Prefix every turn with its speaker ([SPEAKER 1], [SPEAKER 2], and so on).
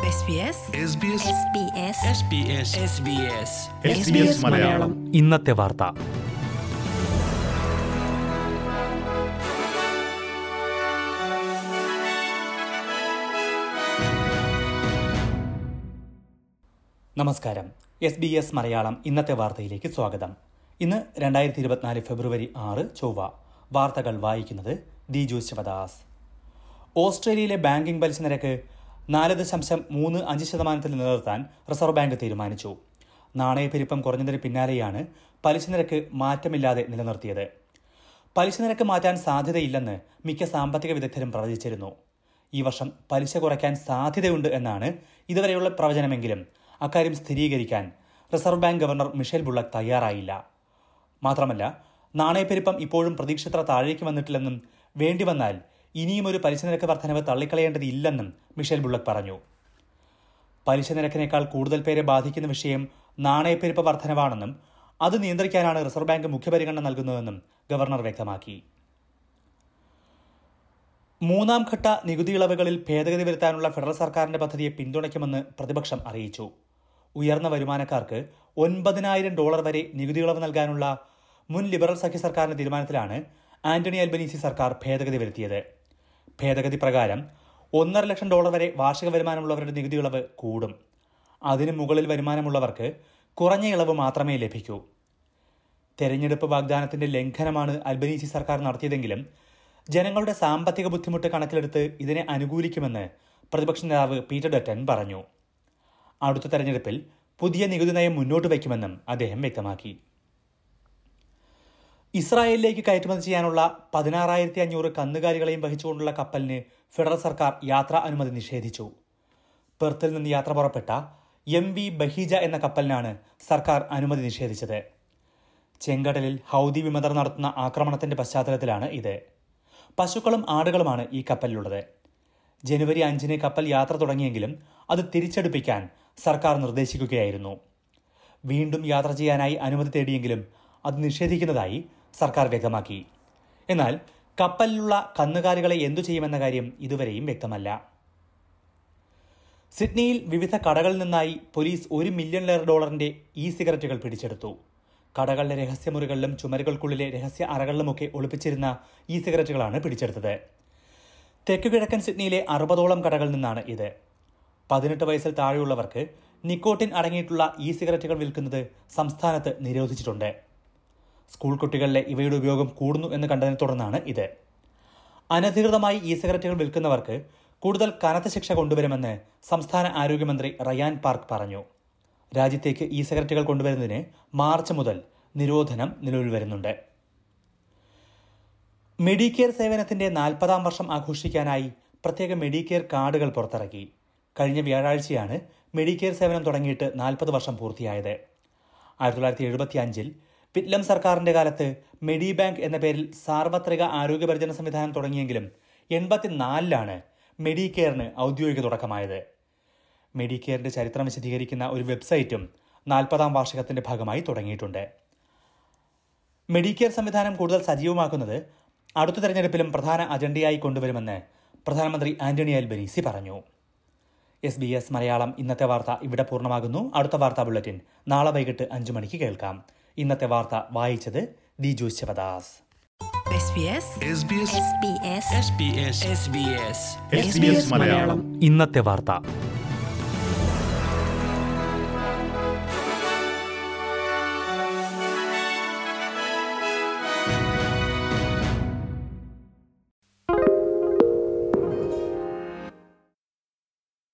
[SPEAKER 1] SBS
[SPEAKER 2] SBS
[SPEAKER 1] SBS
[SPEAKER 3] SBS SBS
[SPEAKER 4] SBS Malayalam
[SPEAKER 5] ഇന്നത്തെ വാർത്ത നമസ്കാരം എസ് ബി എസ് മലയാളം ഇന്നത്തെ വാർത്തയിലേക്ക് സ്വാഗതം ഇന്ന് രണ്ടായിരത്തി ഇരുപത്തിനാല് ഫെബ്രുവരി ആറ് ചൊവ്വ വാർത്തകൾ വായിക്കുന്നത് ദിജു ശിവദാസ് ഓസ്ട്രേലിയയിലെ ബാങ്കിംഗ് പലിശ നിരക്ക് നാല് ദശാംശം മൂന്ന് അഞ്ച് ശതമാനത്തിൽ നിലനിർത്താൻ റിസർവ് ബാങ്ക് തീരുമാനിച്ചു നാണയപ്പെരുപ്പം കുറഞ്ഞതിന് പിന്നാലെയാണ് പലിശ നിരക്ക് മാറ്റമില്ലാതെ നിലനിർത്തിയത് പലിശ നിരക്ക് മാറ്റാൻ സാധ്യതയില്ലെന്ന് മിക്ക സാമ്പത്തിക വിദഗ്ധരും പ്രവചിച്ചിരുന്നു ഈ വർഷം പലിശ കുറയ്ക്കാൻ സാധ്യതയുണ്ട് എന്നാണ് ഇതുവരെയുള്ള പ്രവചനമെങ്കിലും അക്കാര്യം സ്ഥിരീകരിക്കാൻ reserve bank governor Michele Bullock തയ്യാറായില്ല മാത്രമല്ല നാണയപ്പെരുപ്പം ഇപ്പോഴും പ്രതീക്ഷിത്ര താഴേക്ക് വന്നിട്ടില്ലെന്നും വേണ്ടി വന്നാൽ ഇനിയും ഒരു പലിശ നിരക്ക് വർധനവ് തള്ളിക്കളയേണ്ടതില്ലെന്നും മിഷേൽ ബുള്ളക് പറഞ്ഞു പലിശ നിരക്കിനേക്കാൾ കൂടുതൽ പേരെ ബാധിക്കുന്ന വിഷയം നാണയപ്പെരുപ്പ വർധനവാണെന്നും അത് നിയന്ത്രിക്കാനാണ് റിസർവ് ബാങ്ക് മുഖ്യപരിഗണന നൽകുന്നതെന്നും ഗവർണർ വ്യക്തമാക്കി മൂന്നാം ഘട്ട നികുതി ഇളവുകളിൽ ഭേദഗതി വരുത്താനുള്ള ഫെഡറൽ സർക്കാരിന്റെ പദ്ധതിയെ പിന്തുണയ്ക്കുമെന്ന് പ്രതിപക്ഷം അറിയിച്ചു ഉയർന്ന വരുമാനക്കാർക്ക് ഒൻപതിനായിരം ഡോളർ വരെ നികുതി ഇളവ് നൽകാനുള്ള മുൻ ലിബറൽ സഖ്യ സർക്കാരിന്റെ തീരുമാനത്തിലാണ് ആന്റണി അൽബനീസി സർക്കാർ ഭേദഗതി വരുത്തിയത് ഭേദഗതി പ്രകാരം ഒന്നര ലക്ഷം ഡോളർ വരെ വാർഷിക വരുമാനമുള്ളവരുടെ നികുതി ഇളവ് കൂടും അതിനു മുകളിൽ വരുമാനമുള്ളവർക്ക് കുറഞ്ഞ ഇളവ് മാത്രമേ ലഭിക്കൂ തെരഞ്ഞെടുപ്പ് വാഗ്ദാനത്തിന്റെ ലംഘനമാണ് അൽബനീസി സർക്കാർ നടത്തിയതെങ്കിലും ജനങ്ങളുടെ സാമ്പത്തിക ബുദ്ധിമുട്ട് കണക്കിലെടുത്ത് ഇതിനെ അനുകൂലിക്കുമെന്ന് പ്രതിപക്ഷ നേതാവ് പീറ്റർ ഡറ്റൻ പറഞ്ഞു അടുത്ത തെരഞ്ഞെടുപ്പിൽ പുതിയ നികുതി നയം മുന്നോട്ട് വയ്ക്കുമെന്നും അദ്ദേഹം വ്യക്തമാക്കി ഇസ്രായേലിലേക്ക് കയറ്റുമതി ചെയ്യാനുള്ള പതിനാറായിരത്തി അഞ്ഞൂറ് കന്നുകാലികളെയും വഹിച്ചുകൊണ്ടുള്ള കപ്പലിന് ഫെഡറൽ സർക്കാർ യാത്രാ അനുമതി നിഷേധിച്ചു പെർത്തിൽ നിന്ന് യാത്ര പുറപ്പെട്ട എം വി ബഹീജ എന്ന കപ്പലിനാണ് സർക്കാർ അനുമതി നിഷേധിച്ചത് ചെങ്കടലിൽ ഹൗദി വിമതർ നടത്തുന്ന ആക്രമണത്തിന്റെ പശ്ചാത്തലത്തിലാണ് ഇത് പശുക്കളും ആടുകളുമാണ് ഈ കപ്പലിലുള്ളത് ജനുവരി അഞ്ചിന് കപ്പൽ യാത്ര തുടങ്ങിയെങ്കിലും അത് തിരിച്ചടുപ്പിക്കാൻ സർക്കാർ നിർദ്ദേശിക്കുകയായിരുന്നു വീണ്ടും യാത്ര ചെയ്യാനായി അനുമതി തേടിയെങ്കിലും അത് നിഷേധിക്കുന്നതായി സർക്കാർ വ്യക്തമാക്കി എന്നാൽ കപ്പലിലുള്ള കന്നുകാലികളെ എന്തു ചെയ്യുമെന്ന കാര്യം ഇതുവരെയും വ്യക്തമല്ല സിഡ്നിയിൽ വിവിധ കടകളിൽ നിന്നായി പോലീസ് ഒരു മില്യണിലേറെ ഡോളറിന്റെ ഇ സിഗരറ്റുകൾ പിടിച്ചെടുത്തു കടകളിലെ രഹസ്യമുറികളിലും ചുമരുകൾക്കുള്ളിലെ രഹസ്യ അറകളിലുമൊക്കെ ഒളിപ്പിച്ചിരുന്ന ഇ സിഗരറ്റുകളാണ് പിടിച്ചെടുത്തത് തെക്കു കിഴക്കൻ സിഡ്നിയിലെ അറുപതോളം കടകളിൽ നിന്നാണ് ഇത് പതിനെട്ട് വയസ്സിൽ താഴെയുള്ളവർക്ക് നിക്കോട്ടിൻ അടങ്ങിയിട്ടുള്ള ഇ സിഗരറ്റുകൾ വിൽക്കുന്നത് സംസ്ഥാനത്ത് നിരോധിച്ചിട്ടുണ്ട് സ്കൂൾ കുട്ടികളിലെ ഇവയുടെ ഉപയോഗം കൂടുന്നു എന്ന് കണ്ടതിനെ തുടർന്നാണ് ഇത് അനധികൃതമായി ഇ സിഗരറ്റുകൾ വിൽക്കുന്നവർക്ക് കൂടുതൽ കനത്ത ശിക്ഷ കൊണ്ടുവരുമെന്ന് സംസ്ഥാന ആരോഗ്യമന്ത്രി റയാൻ പാർക്ക് പറഞ്ഞു രാജ്യത്തേക്ക് ഇ സിഗരറ്റുകൾ കൊണ്ടുവരുന്നതിന് മാർച്ച് മുതൽ നിരോധനം നിലവിൽ വരുന്നുണ്ട് മെഡിക്കെയർ സേവനത്തിന്റെ നാൽപ്പതാം വർഷം ആഘോഷിക്കാനായി പ്രത്യേക മെഡിക്കെയർ കാർഡുകൾ പുറത്തിറക്കി കഴിഞ്ഞ വ്യാഴാഴ്ചയാണ് മെഡിക്കെയർ സേവനം തുടങ്ങിയിട്ട് നാൽപ്പത് വർഷം പൂർത്തിയായത് ആയിരത്തി തൊള്ളായിരത്തി എഴുപത്തി അഞ്ചിൽ വിറ്റ്ലം സർക്കാരിന്റെ കാലത്ത് മെഡി ബാങ്ക് എന്ന പേരിൽ സാർവത്രിക ആരോഗ്യപരിചരണ സംവിധാനം തുടങ്ങിയെങ്കിലും എൺപത്തിനാലിലാണ് മെഡി കെയറിന് ഔദ്യോഗിക തുടക്കമായത് മെഡി കെയറിന്റെ ചരിത്രം വിശദീകരിക്കുന്ന ഒരു വെബ്സൈറ്റും നാൽപ്പതാം വാർഷികത്തിന്റെ ഭാഗമായി തുടങ്ങിയിട്ടുണ്ട് മെഡിക്കെയർ സംവിധാനം കൂടുതൽ സജീവമാക്കുന്നത് അടുത്ത തെരഞ്ഞെടുപ്പിലും പ്രധാന അജണ്ടയായി കൊണ്ടുവരുമെന്ന് പ്രധാനമന്ത്രി ആന്റണി അൽബനീസി പറഞ്ഞു എസ് ബി എസ് മലയാളം ഇന്നത്തെ വാർത്ത ഇവിടെ പൂർണ്ണമാകുന്നു അടുത്ത വാർത്താ ബുള്ളറ്റിൻ നാളെ വൈകിട്ട് അഞ്ചു മണിക്ക് കേൾക്കാം ഇന്നത്തെ വാർത്ത വായിച്ചത് Diju Sivadas
[SPEAKER 1] SBS
[SPEAKER 2] SBS
[SPEAKER 1] SBS
[SPEAKER 3] SBS SBS
[SPEAKER 4] SBS Malayalam
[SPEAKER 5] ഇന്നത്തെ വാർത്ത